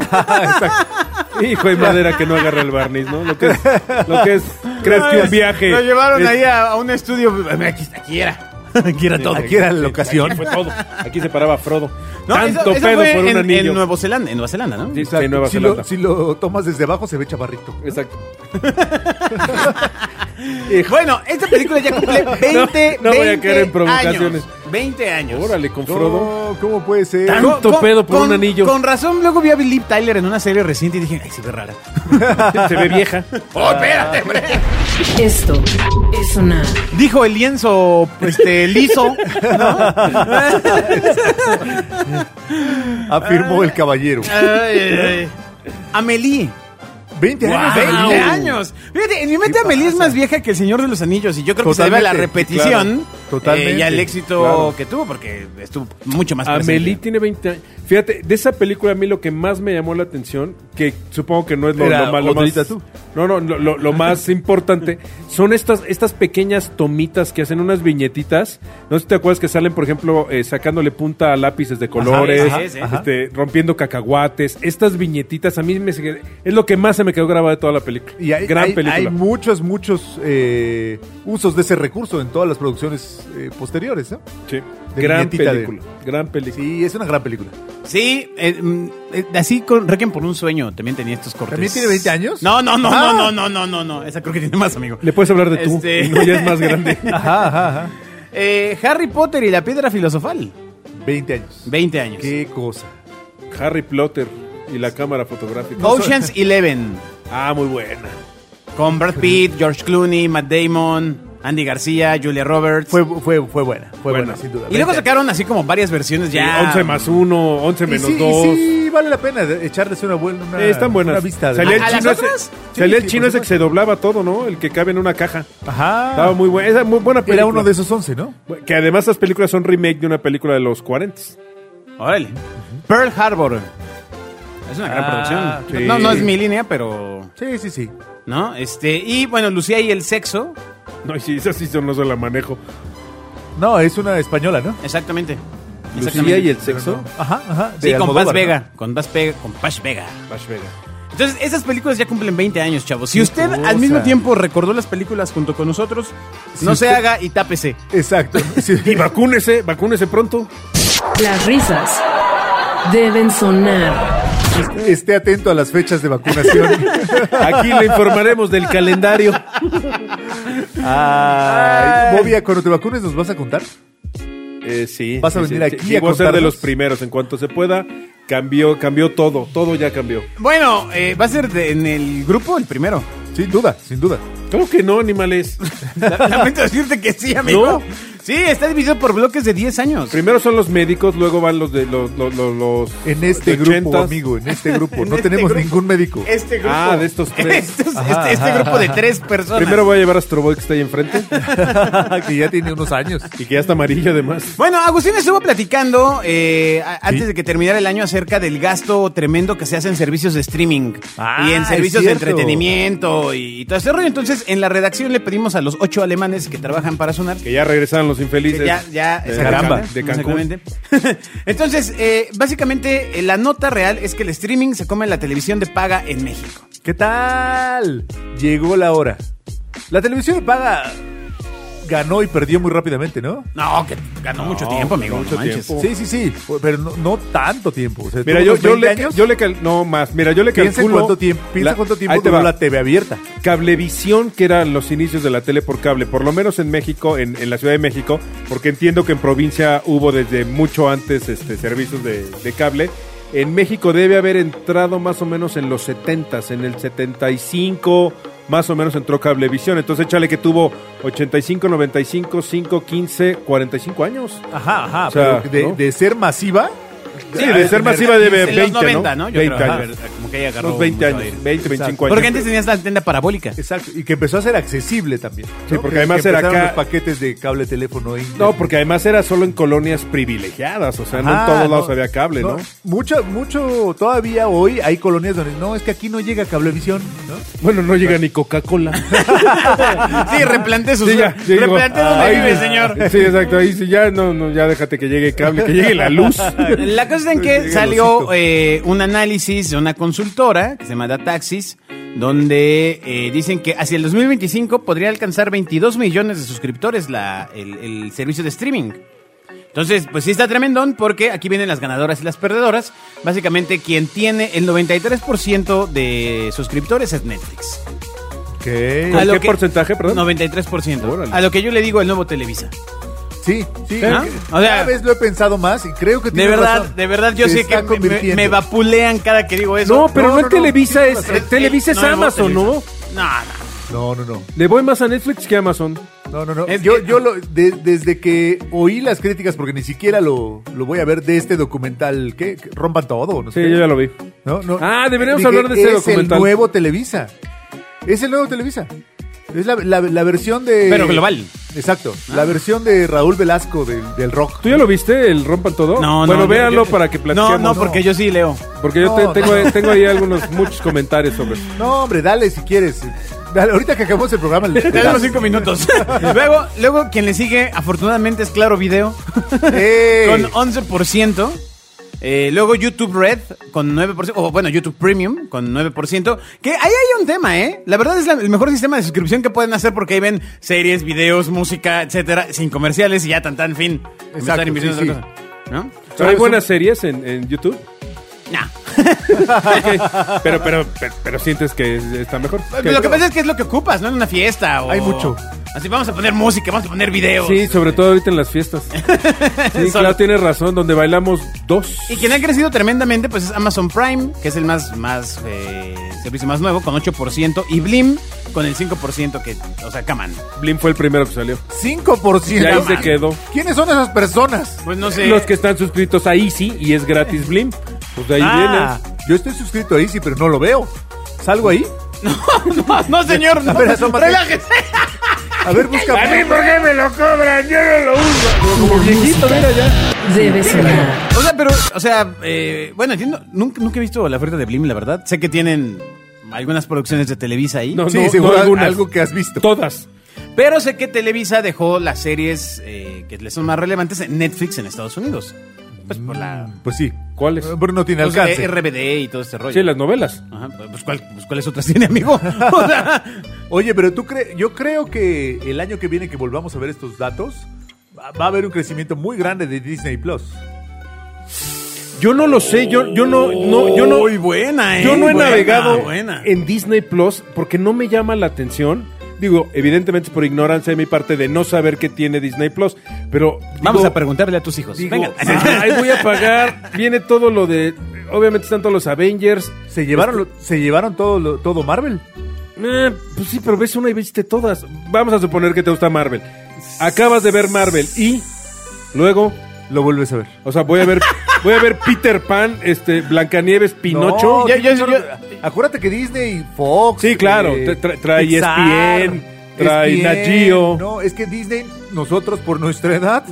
Speaker 4: Hijo de madera que no agarra el barniz, ¿no? Lo que es, lo que es crees que un viaje.
Speaker 2: Lo llevaron
Speaker 4: es-
Speaker 2: ahí a, a un estudio. Mira, Aquí, aquí era. Aquí era todo.
Speaker 3: Aquí era la ocasión.
Speaker 4: Aquí fue todo. Aquí se paraba Frodo.
Speaker 2: No,
Speaker 4: Tanto
Speaker 2: eso- eso
Speaker 4: pedo
Speaker 2: fue
Speaker 4: por un
Speaker 2: en,
Speaker 4: anillo.
Speaker 2: En Nueva Zelanda, en Nueva Zelanda, ¿no?
Speaker 4: Sí,
Speaker 3: Exacto.
Speaker 4: en Nueva
Speaker 3: si,
Speaker 4: Zelanda.
Speaker 3: lo, si lo tomas desde abajo se ve chaparrito.
Speaker 4: Exacto.
Speaker 2: Bueno, esta película ya cumple 20,
Speaker 4: No, no voy a
Speaker 2: 20
Speaker 4: caer en provocaciones.
Speaker 2: años. 20 años.
Speaker 4: Órale, con Frodo.
Speaker 3: No, ¿Cómo puede ser?
Speaker 4: Tan- Tanto pedo por un anillo.
Speaker 2: Con razón, luego vi a Billy Tyler en una serie reciente y dije, ay, se ve rara.
Speaker 4: Se ve vieja.
Speaker 2: ¡Oh, espérate, hombre!
Speaker 1: Esto es sonar.
Speaker 2: Dijo el lienzo este, liso.
Speaker 3: Afirmó el caballero.
Speaker 2: Ay, ay, ay. Amelie.
Speaker 3: 20 años.
Speaker 2: ¡Guau!
Speaker 3: Amelie.
Speaker 2: 20 años. Fíjate, en mi mente
Speaker 3: ¿Qué
Speaker 2: Amelie es
Speaker 3: pasa?
Speaker 2: más vieja que El Señor de los Anillos y yo creo que se debe a la
Speaker 3: Totalmente,
Speaker 2: repetición
Speaker 3: claro. Totalmente,
Speaker 2: eh, y al éxito
Speaker 3: claro.
Speaker 2: que tuvo porque estuvo mucho más presente.
Speaker 4: Amelie tiene 20 años. Fíjate, de esa película a mí lo que más me llamó la atención, que supongo que no es lo,
Speaker 3: Era
Speaker 4: lo más... lo
Speaker 3: Otelita
Speaker 4: más-
Speaker 3: tú.
Speaker 4: No, no, lo, lo- lo más importante son estas, estas pequeñas tomitas que hacen unas viñetitas. No sé si te acuerdas que salen, por ejemplo, eh, sacándole punta a lápices de colores,
Speaker 2: ajá, ajá.
Speaker 4: este, rompiendo cacahuates. Estas viñetitas a mí me, se- es lo que más se me quedó grabado de toda la película.
Speaker 3: Y hay,
Speaker 4: Gran
Speaker 3: hay-
Speaker 4: película.
Speaker 3: hay muchos, muchos eh, usos de ese recurso en todas las producciones eh, posteriores, ¿no?
Speaker 4: Sí.
Speaker 3: de
Speaker 4: Gran
Speaker 3: viñetita de-
Speaker 4: película. Gran película.
Speaker 3: Sí, es una gran película.
Speaker 2: Sí, eh, mm, eh, así con Requiem por un sueño también tenía estos cortes.
Speaker 3: ¿También tiene 20 años?
Speaker 2: No, no, no,
Speaker 3: Ah.
Speaker 2: no, no, no, no, no, no. Esa creo que tiene más, amigo.
Speaker 4: Le puedes hablar de tú.
Speaker 2: Este-
Speaker 4: No, ya es más grande.
Speaker 3: Ajá, ajá, ajá.
Speaker 2: Eh, Harry Potter y la piedra filosofal.
Speaker 3: 20 años.
Speaker 2: 20 años.
Speaker 3: Qué cosa.
Speaker 4: Harry Potter y la cámara fotográfica.
Speaker 2: Ocean's Eleven.
Speaker 4: Ah, muy buena.
Speaker 2: Con Brad Pitt, George Clooney, Matt Damon, Andy García, Julia Roberts.
Speaker 3: Fue, fue, fue buena, fue buena,
Speaker 4: Buena.
Speaker 3: sin duda.
Speaker 2: y luego
Speaker 3: 20 años.
Speaker 2: sacaron así como varias versiones ya.
Speaker 4: Sí, 11 más 1, 11 menos
Speaker 3: y sí,
Speaker 4: 2.
Speaker 3: y sí, vale la pena de- echarles una buena una,
Speaker 4: Eh, están buenas.
Speaker 3: una vista. de- Ah,
Speaker 4: Salía el
Speaker 2: ¿A las
Speaker 4: chino, ese,
Speaker 2: otras?
Speaker 3: Sí,
Speaker 4: salía el
Speaker 3: sí,
Speaker 4: chino
Speaker 3: por
Speaker 4: ese que
Speaker 3: supuesto.
Speaker 4: se doblaba todo, ¿no? El que cabe en una caja. Estaba
Speaker 3: Ajá.
Speaker 4: muy buena. Esa muy buena película.
Speaker 3: Era uno de esos 11, ¿no?
Speaker 4: Que además esas películas son remake de una película de los 40.
Speaker 2: Órale. Pearl Harbor. Es una
Speaker 4: Ah,
Speaker 2: gran producción.
Speaker 4: sí.
Speaker 2: No, no es mi línea, pero.
Speaker 3: Sí, sí, sí.
Speaker 2: ¿No? Este. Y bueno, Lucía y el sexo.
Speaker 4: No, y sí, esas sí son, no se la manejo.
Speaker 3: No, es una española, ¿no?
Speaker 2: Exactamente.
Speaker 4: Lucía y el
Speaker 3: No,
Speaker 4: sexo.
Speaker 3: no. Ajá, ajá. de
Speaker 2: Sí, con
Speaker 3: Almodóvar,
Speaker 2: Paz
Speaker 3: ¿no?
Speaker 2: Vega. Con Paz Vega. Con Paz Vega.
Speaker 4: Bash Vega.
Speaker 2: Entonces, esas películas ya cumplen 20 años, chavos. Si usted
Speaker 3: cosa.
Speaker 2: al mismo tiempo recordó las películas junto con nosotros,
Speaker 3: Si
Speaker 2: no se
Speaker 3: usted-
Speaker 2: haga y tápese.
Speaker 3: Exacto. Sí.
Speaker 4: Y vacúnese, vacúnese pronto.
Speaker 1: Las risas deben sonar.
Speaker 3: Esté atento a las fechas de vacunación.
Speaker 4: Aquí le informaremos del calendario.
Speaker 3: Ay, Bobia, cuando te vacunes nos vas a contar.
Speaker 4: Eh, sí.
Speaker 3: Vas a
Speaker 4: sí, sí,
Speaker 3: venir
Speaker 4: sí,
Speaker 3: aquí
Speaker 4: sí,
Speaker 3: a
Speaker 4: voy a ser de
Speaker 3: contarnos.
Speaker 4: los primeros. En cuanto se pueda, cambió, cambió todo. Todo ya cambió.
Speaker 2: Bueno, eh, va a ser de- en el grupo el primero.
Speaker 3: Sin duda, sin duda.
Speaker 4: Claro que no, animales.
Speaker 2: Lamento decirte que sí, amigo.
Speaker 4: No.
Speaker 2: Sí, está dividido por bloques de 10 años.
Speaker 4: Primero son los médicos, luego van los de los, los, los, los-
Speaker 3: En este
Speaker 4: los
Speaker 3: grupo,
Speaker 4: 80s.
Speaker 3: amigo, en este grupo.
Speaker 2: En
Speaker 3: No
Speaker 2: este
Speaker 3: tenemos
Speaker 2: grupo.
Speaker 3: ningún médico.
Speaker 2: Este grupo.
Speaker 4: Ah, de estos tres.
Speaker 2: Estos- este, este grupo de tres personas.
Speaker 4: Primero voy a llevar a Astro Boy que está ahí enfrente
Speaker 3: que ya tiene unos años.
Speaker 4: y que ya está amarillo además.
Speaker 2: Bueno, Agustín estuvo platicando eh, a- antes de que terminara el año acerca del gasto tremendo que se hace en servicios de streaming
Speaker 3: Ah,
Speaker 2: y en
Speaker 3: es
Speaker 2: servicios de
Speaker 3: cierto.
Speaker 2: entretenimiento y, y todo ese rollo. Entonces, en la redacción le pedimos a los ocho alemanes que trabajan para sonar
Speaker 4: Que ya regresaron los infelices.
Speaker 2: Ya, ya,
Speaker 4: de-
Speaker 2: exactamente,
Speaker 4: De Cancún.
Speaker 2: exactamente. Entonces, eh, básicamente, eh, la nota real es que el streaming se come la televisión de paga en México.
Speaker 3: ¿Qué tal? Llegó la hora. La televisión de paga ganó y perdió muy rápidamente, ¿no?
Speaker 2: No, que ganó mucho tiempo, amigo.
Speaker 4: mucho
Speaker 2: no manches.
Speaker 4: tiempo.
Speaker 3: Sí, sí, sí, pero no, no tanto tiempo. O sea,
Speaker 4: Mira,
Speaker 3: tuvo
Speaker 4: yo,
Speaker 3: unos
Speaker 4: yo
Speaker 3: 20
Speaker 4: le,
Speaker 3: años.
Speaker 4: yo le cal- no más, mira, yo le calculo.
Speaker 3: piensa en cuánto tiempo, piensa
Speaker 4: la-
Speaker 3: cuánto tiempo
Speaker 4: ahí te
Speaker 3: duró
Speaker 4: va.
Speaker 3: la TV abierta.
Speaker 4: Cablevisión, que eran los inicios de la tele por cable, por lo menos en México, en, en la Ciudad de México, porque entiendo que en provincia hubo desde mucho antes este, servicios de, de cable. En México debe haber entrado más o menos en los 70s, en el 75 más o menos entró Cablevisión. Entonces, échale que tuvo 85, 95, 5, 15, 45 años.
Speaker 3: Ajá, ajá.
Speaker 4: O sea,
Speaker 3: pero de,
Speaker 4: ¿no?
Speaker 3: de ser masiva.
Speaker 4: Sí, de ser masiva debe
Speaker 2: Ah, En los
Speaker 4: 20,
Speaker 2: 90, ¿no?
Speaker 4: ¿no?
Speaker 2: Yo
Speaker 4: 20
Speaker 2: creo,
Speaker 4: años.
Speaker 2: ajá, Como que ahí agarró
Speaker 4: Unos 20
Speaker 2: mucho
Speaker 4: años,
Speaker 2: aire.
Speaker 4: 20, 25 años.
Speaker 2: Porque antes tenías la antena parabólica.
Speaker 3: Exacto. Y que empezó a ser accesible también.
Speaker 4: Sí, porque
Speaker 3: Que-
Speaker 4: además
Speaker 3: que
Speaker 4: era
Speaker 3: empezaron
Speaker 4: acá-
Speaker 3: los paquetes de cable, teléfono e
Speaker 4: No, porque además era solo en colonias privilegiadas, o sea, no en
Speaker 3: Ajá,
Speaker 4: todos lados había cable, ¿no?
Speaker 3: Ah, Mucho, mucho, todavía hoy hay colonias donde no, es que aquí no llega cablevisión, ¿no?
Speaker 4: Bueno, no llega ni Coca-Cola.
Speaker 2: Sí, replante sus.
Speaker 4: Sí, ya, ya digo,
Speaker 2: replante dónde
Speaker 4: ahí-
Speaker 2: vive, señor.
Speaker 4: Sí, exacto, ahí sí, ya, no, no, ya déjate que llegue cable, que llegue la luz.
Speaker 2: La cosa es en que
Speaker 4: Llega
Speaker 2: salió
Speaker 4: el osito.
Speaker 2: eh, un análisis de una consultora que se llama Taxis, donde eh, dicen que hacia el 2025 podría alcanzar 22 millones de suscriptores la, el, el servicio de streaming. Entonces, pues sí está tremendón porque aquí vienen las ganadoras y las perdedoras. Básicamente, quien tiene el 93% de suscriptores es Netflix.
Speaker 3: Que
Speaker 2: A
Speaker 4: ¿Con
Speaker 2: lo
Speaker 4: qué
Speaker 2: que-
Speaker 4: porcentaje, perdón?
Speaker 2: 93%.
Speaker 4: Órale.
Speaker 2: A lo que yo le digo el nuevo Televisa.
Speaker 3: Sí, sí.
Speaker 2: ¿Ah?
Speaker 3: que-
Speaker 2: O sea-
Speaker 3: cada vez lo he pensado más y creo que
Speaker 2: De
Speaker 3: tiene
Speaker 2: verdad,
Speaker 3: razón.
Speaker 2: de verdad, yo
Speaker 3: Se
Speaker 2: sé que
Speaker 3: está
Speaker 2: me- me,
Speaker 3: convirtiendo.
Speaker 2: me vapulean cada que digo eso.
Speaker 4: No, pero no,
Speaker 3: No,
Speaker 4: es
Speaker 3: no, no,
Speaker 4: Televisa,
Speaker 3: tienes
Speaker 4: es,
Speaker 3: razón.
Speaker 4: eh, Televisa es
Speaker 2: No, no,
Speaker 4: Amazon, ¿no?
Speaker 2: No, no.
Speaker 3: No, no, no.
Speaker 4: Le voy más a Netflix que a Amazon.
Speaker 3: No, no, no.
Speaker 2: Es
Speaker 3: yo,
Speaker 2: que-
Speaker 3: yo lo- de- desde que oí las críticas, porque ni siquiera lo, lo voy a ver de este documental, ¿qué? Que Rompan todo, no
Speaker 4: Sí,
Speaker 3: sé.
Speaker 4: yo ya lo vi.
Speaker 3: No, no.
Speaker 4: Ah, deberíamos
Speaker 3: Dije,
Speaker 4: hablar de
Speaker 2: este
Speaker 4: ese
Speaker 3: Es
Speaker 4: documental.
Speaker 3: el nuevo Televisa. Es el nuevo Televisa. Es la, la- la versión de.
Speaker 2: Pero global. Ah.
Speaker 3: Exacto. La versión de Raúl Velasco del, del rock.
Speaker 4: ¿Tú ya lo viste, el Rompan Todo?
Speaker 2: No, no.
Speaker 4: Bueno,
Speaker 2: yo-
Speaker 4: véanlo
Speaker 2: yo-
Speaker 4: para que platiquemos.
Speaker 2: No, no, porque yo sí leo.
Speaker 4: Porque yo
Speaker 3: No,
Speaker 4: te-
Speaker 3: no.
Speaker 4: tengo, ahí- tengo ahí algunos, muchos comentarios sobre eso.
Speaker 3: No, hombre, dale si quieres. Dale, ahorita que acabamos el programa. le-
Speaker 2: Tenemos cinco minutos. luego, luego, quien le sigue, afortunadamente, es Claro Video,
Speaker 3: ¡Ey!
Speaker 2: con 11%. Eh, luego YouTube Red con 9%, o bueno, YouTube Premium con 9%, que ahí hay un tema, ¿eh? La verdad es la- el mejor sistema de suscripción que pueden hacer porque ahí ven series, videos, música, etcétera, sin comerciales y ya tan tan fin. Me
Speaker 3: Exacto,
Speaker 2: están invirtiendo
Speaker 3: sí,
Speaker 2: en otra cosa, ¿No?
Speaker 4: Pero hay buenas series en, en YouTube.
Speaker 2: Nah.
Speaker 4: Ok, Pero, pero, pero, pero sientes que está mejor.
Speaker 2: Lo que pasa es que es lo que ocupas, ¿no? En una fiesta o...
Speaker 3: Hay mucho.
Speaker 2: Así vamos a poner música, vamos a poner videos.
Speaker 4: Sí, sobre todo ahorita en las fiestas. Sí, claro, tienes razón, donde bailamos dos.
Speaker 2: Y quien ha crecido tremendamente, pues es Amazon Prime, que es el más, más eh, servicio más nuevo, con 8%, y Blim con el 5% que, o sea, caman.
Speaker 4: Blim fue el primero que salió.
Speaker 3: 5%.
Speaker 4: Y ahí
Speaker 3: No,
Speaker 4: se
Speaker 3: man.
Speaker 4: quedó.
Speaker 3: ¿Quiénes son esas personas?
Speaker 2: Pues no sé.
Speaker 4: Los que están suscritos a Easy y es gratis Blim. Pues de ahí
Speaker 2: Ah.
Speaker 3: Yo estoy suscrito ahí, sí, pero no lo veo. ¿Salgo ahí?
Speaker 2: no, no, señor, no.
Speaker 3: A ver, asómate.
Speaker 2: Relájese.
Speaker 3: A ver, busca.
Speaker 5: A mí, ¿por qué me lo cobran? Yo no lo uso.
Speaker 1: La música debe sonar.
Speaker 2: O sea, pero, o sea, eh, bueno, entiendo, nunca, nunca he visto la oferta de Blim, la verdad. Sé que tienen algunas producciones de Televisa ahí.
Speaker 4: No,
Speaker 3: Sí,
Speaker 4: no,
Speaker 3: seguro
Speaker 4: no algunas.
Speaker 3: algo que has visto.
Speaker 4: vienen todas.
Speaker 2: Pero sé que Televisa dejó las series eh, que le son más relevantes en Netflix en Estados Unidos. Pues por la...
Speaker 4: Mm.
Speaker 3: Pues sí.
Speaker 4: ¿Cuáles?
Speaker 3: Bruno tiene
Speaker 2: pues,
Speaker 3: alcance.
Speaker 2: eh, RBD y todo este rollo.
Speaker 4: Sí, las novelas.
Speaker 2: Ajá, pues, ¿cuál- pues, ¿cuáles otras tiene, amigo? O sea,
Speaker 3: Oye, pero tú crees, yo creo que el año que viene que volvamos a ver estos datos, va va a haber un crecimiento muy grande de Disney Plus.
Speaker 4: Yo no lo sé, yo, yo no, no, yo no.
Speaker 2: Muy buena, ¿eh?
Speaker 4: Yo no he
Speaker 2: Buena,
Speaker 4: navegado
Speaker 2: buena.
Speaker 4: en Disney Plus porque no me llama la atención. Digo, evidentemente por ignorancia de mi parte de no saber qué tiene Disney Plus, pero
Speaker 2: Vamos
Speaker 4: digo,
Speaker 2: a preguntarle a tus hijos.
Speaker 3: Pues
Speaker 4: digo,
Speaker 2: Venga.
Speaker 4: ay, voy a pagar, viene todo lo de obviamente están todos los Avengers.
Speaker 3: Se llevaron,
Speaker 4: Este
Speaker 3: lo- se llevaron todo, lo- todo Marvel.
Speaker 4: Eh, pues sí, pero ves una y viste todas. Vamos a suponer que te gusta Marvel. Acabas de ver Marvel y luego,
Speaker 3: Lo vuelves a ver.
Speaker 4: o sea, voy a ver, voy a ver Peter Pan, este, Blancanieves, Pinocho.
Speaker 3: No,
Speaker 2: Ya, ya,
Speaker 3: Pixar-
Speaker 2: ya.
Speaker 3: Acuérdate que Disney, Fox.
Speaker 4: Sí, claro,
Speaker 3: eh, E
Speaker 4: tra- tra- trae E ESPN, trae
Speaker 3: ESPN.
Speaker 4: Nat Geo.
Speaker 3: No, es que Disney, nosotros por nuestra edad,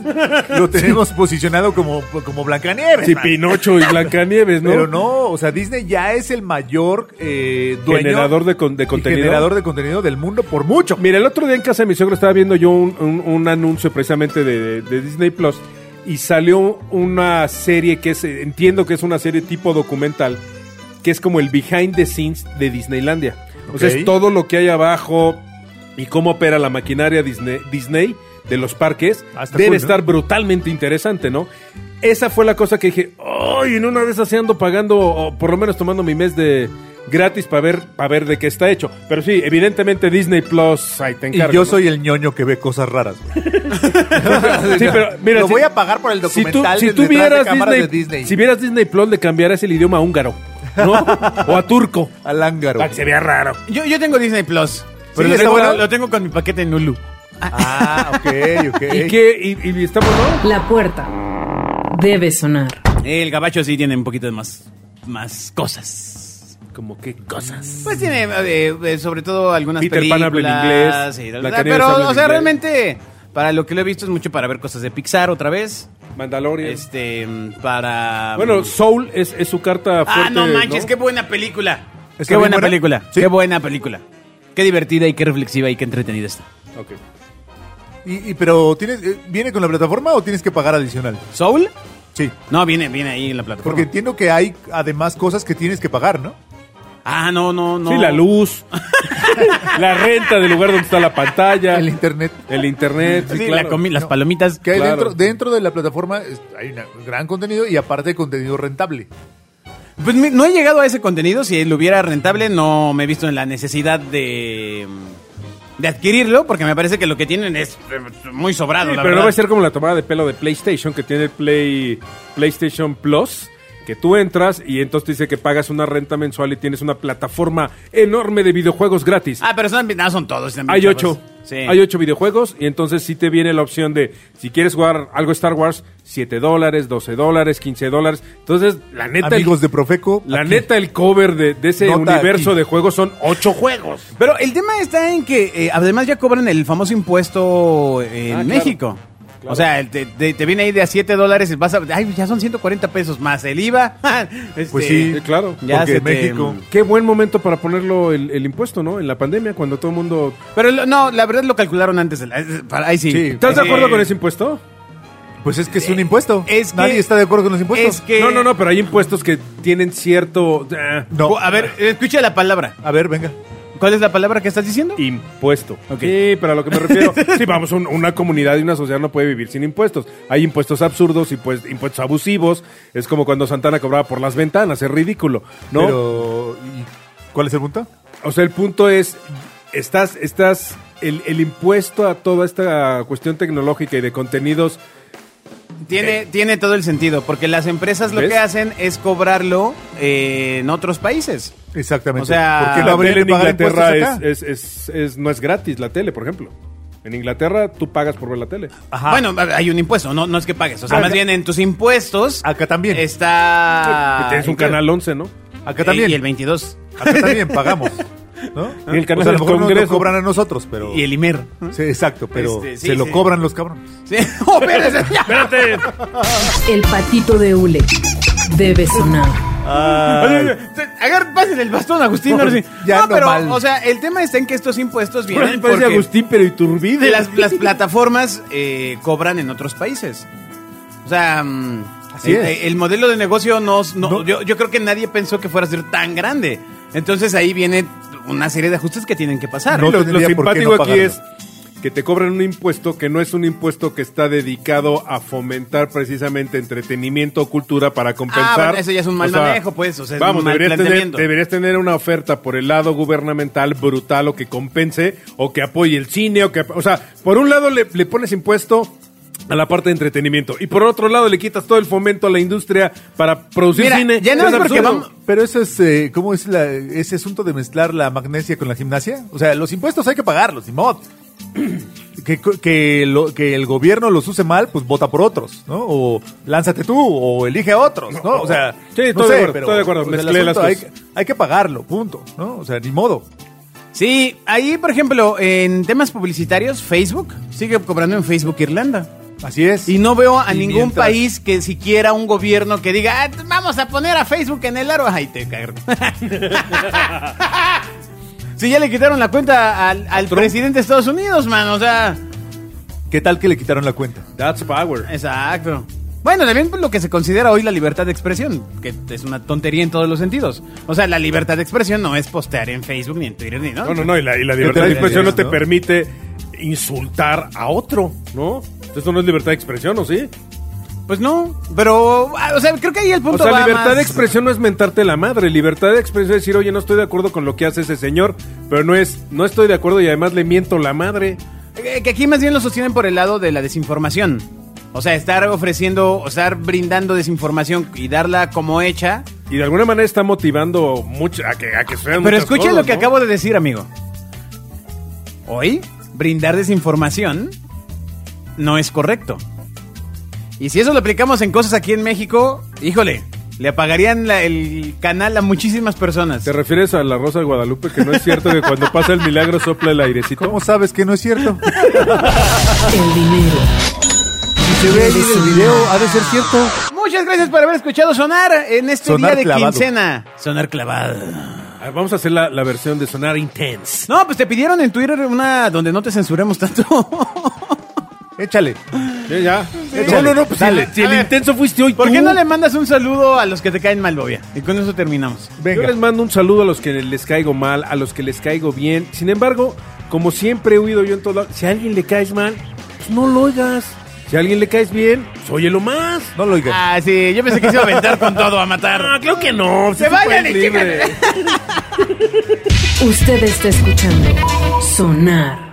Speaker 3: lo tenemos posicionado como, como Blancanieves.
Speaker 4: Sí,
Speaker 3: man.
Speaker 4: Pinocho y Blancanieves, ¿no?
Speaker 3: Pero no, o sea, Disney ya es el mayor eh, dueño
Speaker 4: Generador de con- de
Speaker 3: y
Speaker 4: contenido.
Speaker 3: generador de contenido del mundo por mucho.
Speaker 4: Mira, el otro día en casa de mi suegro estaba viendo yo un, un- un anuncio precisamente de, de Disney Plus y salió una serie que es, eh, entiendo que es una serie tipo documental, que es como el behind the scenes de Disneylandia. O sea,
Speaker 3: Ok.
Speaker 4: es todo lo que hay abajo y cómo opera la maquinaria Disney, Disney de los parques.
Speaker 3: Ah, está
Speaker 4: Debe
Speaker 3: cool, ¿no?
Speaker 4: estar brutalmente interesante, ¿no? Esa fue la cosa que dije, ¡ay! En una de esas sí ando pagando, o por lo menos tomando mi mes de gratis para ver, para ver de qué está hecho. Pero sí, evidentemente Disney Plus, ahí te
Speaker 3: Y
Speaker 4: encargo.
Speaker 3: yo
Speaker 4: ¿no?
Speaker 3: soy el ñoño que ve cosas raras. güey.
Speaker 4: Sí, pero mira,
Speaker 3: lo
Speaker 4: si-
Speaker 3: voy a pagar por el
Speaker 4: si tú-
Speaker 3: documental
Speaker 4: si
Speaker 3: del
Speaker 4: tú
Speaker 3: detrás de
Speaker 4: vieras
Speaker 3: cámaras
Speaker 4: Disney,
Speaker 3: de Disney.
Speaker 4: Si vieras Disney Plus, le cambiarás el idioma a húngaro, ¿no? o a turco.
Speaker 3: Al ángaro.
Speaker 4: Para que se vea raro.
Speaker 2: Yo, yo tengo Disney Plus.
Speaker 3: Sí,
Speaker 2: Pero lo,
Speaker 3: ¿está
Speaker 2: tengo,
Speaker 3: bueno?
Speaker 2: lo tengo con mi paquete en Hulu.
Speaker 3: Ah, ok, ok.
Speaker 4: ¿Y qué? ¿Y, y estamos, no?
Speaker 1: La puerta debe sonar.
Speaker 2: El gabacho sí tiene un poquito de más, más cosas.
Speaker 4: Como qué cosas.
Speaker 2: Pues tiene eh, eh, sobre todo algunas
Speaker 4: Peter Pan
Speaker 2: películas.
Speaker 4: habla en inglés,
Speaker 2: y-
Speaker 4: Blancanieves
Speaker 2: pero,
Speaker 4: habla en
Speaker 2: o sea,
Speaker 4: inglés.
Speaker 2: realmente, para lo que lo he visto es mucho para ver cosas de Pixar otra vez.
Speaker 4: Mandalorian.
Speaker 2: Este, mm, para...
Speaker 4: Bueno,
Speaker 2: mm,
Speaker 4: Soul es, es su carta fuerte.
Speaker 2: Ah, no manches, qué buena película. Qué
Speaker 3: ¿Está bien
Speaker 2: buena
Speaker 3: buena?
Speaker 2: película.
Speaker 3: Sí.
Speaker 2: Qué buena película. Qué divertida y qué reflexiva y qué entretenida está.
Speaker 4: Ok.
Speaker 3: Y- y- pero tienes, eh, ¿viene con la plataforma o tienes que pagar adicional?
Speaker 2: ¿Soul?
Speaker 3: Sí.
Speaker 2: No, viene, viene ahí en la plataforma.
Speaker 3: Porque entiendo que hay además cosas que tienes que pagar, ¿no?
Speaker 2: Ah, no, no, no.
Speaker 4: Sí, la luz, la renta del lugar donde está la pantalla,
Speaker 3: El
Speaker 4: el,
Speaker 3: internet.
Speaker 4: internet, sí,
Speaker 2: Sí,
Speaker 4: claro.
Speaker 2: la comi- las
Speaker 3: No.
Speaker 2: palomitas.
Speaker 3: Que hay
Speaker 4: Claro.
Speaker 3: dentro, dentro de la plataforma es- hay una- un gran contenido y aparte contenido rentable.
Speaker 2: Pues mi- no he llegado a ese contenido. Si lo hubiera rentable, no me he visto en la necesidad de. de adquirirlo, porque me parece que lo que tienen es eh, muy
Speaker 4: Sí,
Speaker 2: sobrado, la
Speaker 4: pero
Speaker 2: verdad.
Speaker 4: no va a ser como la tomada de pelo de PlayStation que tiene el Play PlayStation Plus, que tú entras y entonces te dice que pagas una renta mensual y tienes una plataforma enorme de videojuegos gratis.
Speaker 2: Ah, pero son, no, son todos. están bien
Speaker 4: Hay
Speaker 2: chavos.
Speaker 4: ocho.
Speaker 2: Sí.
Speaker 4: Hay ocho videojuegos y entonces sí te viene la opción de, si quieres jugar algo Star Wars, 7 dólares, 12 dólares, 15 dólares. Entonces, la neta... el-
Speaker 3: Amigos de Profeco.
Speaker 4: La
Speaker 3: aquí.
Speaker 4: neta, el cover de, de ese
Speaker 3: Nota
Speaker 4: universo
Speaker 3: aquí.
Speaker 4: de juegos son ocho juegos.
Speaker 2: Pero el tema está en que eh, además ya cobran el famoso impuesto en
Speaker 4: Ah, claro.
Speaker 2: México.
Speaker 4: Claro.
Speaker 2: O sea, te, te- te viene ahí de a 7 dólares, vas a, ay, ya son 140 pesos más el IVA. Este,
Speaker 3: Pues sí,
Speaker 4: Sí, claro.
Speaker 3: porque
Speaker 2: se te-
Speaker 3: México-
Speaker 4: Qué buen momento para ponerlo el, el impuesto, ¿no? En la pandemia, cuando todo el mundo...
Speaker 2: Pero lo- no, la verdad lo calcularon antes. de la- es- para- ahí sí.
Speaker 3: Sí.
Speaker 4: ¿Estás de
Speaker 2: Eh,
Speaker 4: acuerdo con ese impuesto?
Speaker 3: Pues es que es un impuesto.
Speaker 2: es que-
Speaker 3: Nadie está de acuerdo con los impuestos.
Speaker 2: Es que.
Speaker 4: No, no, no, pero hay impuestos que tienen cierto... eh,
Speaker 3: No.
Speaker 2: A ver, escucha la palabra.
Speaker 3: A ver, venga.
Speaker 2: ¿Cuál es la palabra que estás diciendo?
Speaker 4: Impuesto. Sí, pero a lo que me refiero, sí, vamos, un- una comunidad y una sociedad no puede vivir sin impuestos. Hay impuestos absurdos y pues impuestos abusivos. Es como cuando Santana cobraba por las ventanas, es ridículo, ¿no?
Speaker 3: Pero, ¿y ¿cuál es el punto?
Speaker 4: O sea, el punto es, estás, estás, el, el impuesto a toda esta cuestión tecnológica y de contenidos,
Speaker 3: eh.
Speaker 2: Tiene, tiene todo el sentido, porque las empresas lo
Speaker 4: ¿Ves?
Speaker 2: que hacen es cobrarlo eh, en otros países.
Speaker 3: Exactamente.
Speaker 2: O sea,
Speaker 3: ¿por
Speaker 2: Que
Speaker 3: qué
Speaker 4: la
Speaker 3: no habría
Speaker 4: tele
Speaker 3: que
Speaker 4: en
Speaker 3: pagar impuestos
Speaker 4: Ah, Inglaterra
Speaker 3: acá?
Speaker 4: es, es, es- es- no es gratis, la tele, por ejemplo. En Inglaterra tú pagas por ver la tele.
Speaker 3: Ajá.
Speaker 2: Bueno, hay un impuesto, no, no es que pagues. O sea,
Speaker 3: Acá-
Speaker 2: más bien en tus impuestos.
Speaker 3: Acá también.
Speaker 2: Está.
Speaker 4: Tienes un canal 11, ¿no?
Speaker 3: acá también.
Speaker 2: Y el 22.
Speaker 3: Acá también pagamos. ¿no?
Speaker 4: Y el canal
Speaker 3: o sea, a
Speaker 4: del
Speaker 3: lo mejor no nos
Speaker 4: Congreso.
Speaker 3: lo cobran a nosotros, pero.
Speaker 2: Y el IMER.
Speaker 3: Sí, exacto, pero
Speaker 2: Este, sí,
Speaker 3: se lo
Speaker 2: sí.
Speaker 3: cobran los cabrones.
Speaker 2: Sí. Oh, espérate, ya.
Speaker 4: ¡Espérate!
Speaker 1: El patito de hule debe sonar.
Speaker 2: Oye, oye, Agar, pásenle el bastón, Agustín. ahora sí.
Speaker 3: Ya
Speaker 2: no,
Speaker 3: no
Speaker 2: pero,
Speaker 3: mal.
Speaker 2: o sea, el tema está en que estos impuestos
Speaker 4: Ahora sí
Speaker 2: vienen
Speaker 4: parece
Speaker 2: porque
Speaker 4: Agustín, pero Iturbide.
Speaker 2: las, las plataformas eh, cobran en otros países. O sea, mm,
Speaker 3: Así
Speaker 2: el,
Speaker 3: es.
Speaker 2: el modelo de negocio no, no-
Speaker 3: No.
Speaker 2: Yo, yo creo que nadie pensó que fuera a ser tan grande. Entonces ahí viene una serie de ajustes que tienen que pasar.
Speaker 3: No
Speaker 4: lo, lo
Speaker 3: tendría por qué
Speaker 4: simpático
Speaker 3: no
Speaker 4: aquí
Speaker 3: pagarlo.
Speaker 4: es que te cobran un impuesto que no es un impuesto que está dedicado a fomentar precisamente entretenimiento o cultura para compensar.
Speaker 2: Ah, bueno, eso ya es un mal manejo, pues, o sea, es
Speaker 4: vamos,
Speaker 2: un mal
Speaker 4: deberías, tener,
Speaker 2: planteamiento.
Speaker 4: deberías tener una oferta por el lado gubernamental brutal o que compense o que apoye el cine o que, o sea, por un lado le, le pones impuesto a la parte de entretenimiento y por otro lado le quitas todo el fomento a la industria para producir
Speaker 2: Mira,
Speaker 4: cine.
Speaker 2: ya no es porque
Speaker 4: absurdo.
Speaker 2: vamos-
Speaker 3: Pero eso es, eh, ¿cómo es la- ese asunto de mezclar la magnesia con la gimnasia? O sea, los impuestos hay que pagarlos, y mod. que, que lo- que el gobierno los use mal, pues vota por otros, ¿no? O lánzate tú, o elige a otros, ¿no? O sea,
Speaker 4: Sí,
Speaker 3: no
Speaker 4: estoy de acuerdo, estoy de acuerdo,
Speaker 3: pues, el
Speaker 4: mezclé las
Speaker 3: asunto hay,
Speaker 4: cosas.
Speaker 3: hay que pagarlo, punto, ¿no? O sea, ni modo.
Speaker 2: Sí, ahí, por ejemplo, en temas publicitarios, Facebook sigue cobrando en Facebook Irlanda.
Speaker 3: Así es.
Speaker 2: Y no veo a
Speaker 3: Y
Speaker 2: ningún
Speaker 3: mientras-
Speaker 2: país que siquiera un gobierno que diga, "Ah, vamos a poner a Facebook en el aro. Ay, te cago. Si ya le quitaron la cuenta al, al presidente de Estados Unidos, man. O sea,
Speaker 3: ¿Qué tal que le quitaron la cuenta?
Speaker 4: That's power.
Speaker 2: exacto. Bueno, también pues, lo que se considera hoy la libertad de expresión, que es una tontería en todos los sentidos. O sea, la libertad de expresión no es postear en Facebook ni en Twitter ni no.
Speaker 4: No, no, no, y la, y la
Speaker 3: ¿Qué
Speaker 4: libertad de
Speaker 3: tal?
Speaker 4: expresión no te
Speaker 3: ¿No?
Speaker 4: permite insultar a otro, ¿no? Esto no es libertad de expresión, ¿o sí?
Speaker 2: Pues no, pero, ah, o sea, creo que ahí el
Speaker 4: O
Speaker 2: punto
Speaker 4: sea,
Speaker 2: va
Speaker 4: libertad
Speaker 2: más-
Speaker 4: de expresión no es mentarte la madre, libertad de expresión es decir, oye, no estoy de acuerdo con lo que hace ese señor, pero no es, no estoy de acuerdo y además le miento la madre.
Speaker 2: Eh, Que aquí más bien lo sostienen por el lado de la desinformación. O sea, estar ofreciendo, o estar brindando desinformación y darla como hecha.
Speaker 4: Y de alguna manera está motivando mucho a que, a que
Speaker 2: Pero
Speaker 4: sean muchas
Speaker 2: escuchen
Speaker 4: cosas,
Speaker 2: lo que
Speaker 4: ¿no?
Speaker 2: acabo de decir, amigo. Hoy, brindar desinformación no es correcto. Y si eso lo aplicamos en cosas aquí en México, híjole, le apagarían la- el canal a muchísimas personas.
Speaker 4: ¿Te refieres a la Rosa de Guadalupe que no es cierto que cuando pasa el milagro sopla el airecito?
Speaker 3: ¿Cómo sabes que no es cierto?
Speaker 1: El dinero
Speaker 3: Si se ve ahí en el video, ha de ser cierto.
Speaker 2: Muchas gracias por haber escuchado sonar en este
Speaker 3: Sonar
Speaker 2: día de
Speaker 3: clavado.
Speaker 2: quincena. Sonar clavado.
Speaker 4: A ver, Vamos a hacer la, la versión de sonar intense.
Speaker 2: No, pues te pidieron en Twitter una donde no te censuremos tanto.
Speaker 3: Échale.
Speaker 4: Sí, ya.
Speaker 3: Échale. Dale.
Speaker 4: pues si
Speaker 2: A ver.
Speaker 4: intenso fuiste hoy
Speaker 2: ¿Por
Speaker 4: tú.
Speaker 2: qué no le mandas un saludo a los que te caen mal, Bobia? Y con eso terminamos.
Speaker 3: Venga.
Speaker 4: Yo les mando un saludo a los que les caigo mal, a los que les caigo bien. Sin embargo, como siempre he huido yo en todo lado, si a alguien le caes mal, pues no lo oigas. Si a alguien le caes bien, pues óyelo más.
Speaker 3: No lo oigas.
Speaker 2: Ah, sí, yo pensé que se iba a aventar con todo a
Speaker 4: Ah,
Speaker 2: matar.
Speaker 4: creo que no.
Speaker 2: ¡Se vayan y
Speaker 4: libre.
Speaker 1: Usted está escuchando Sonar.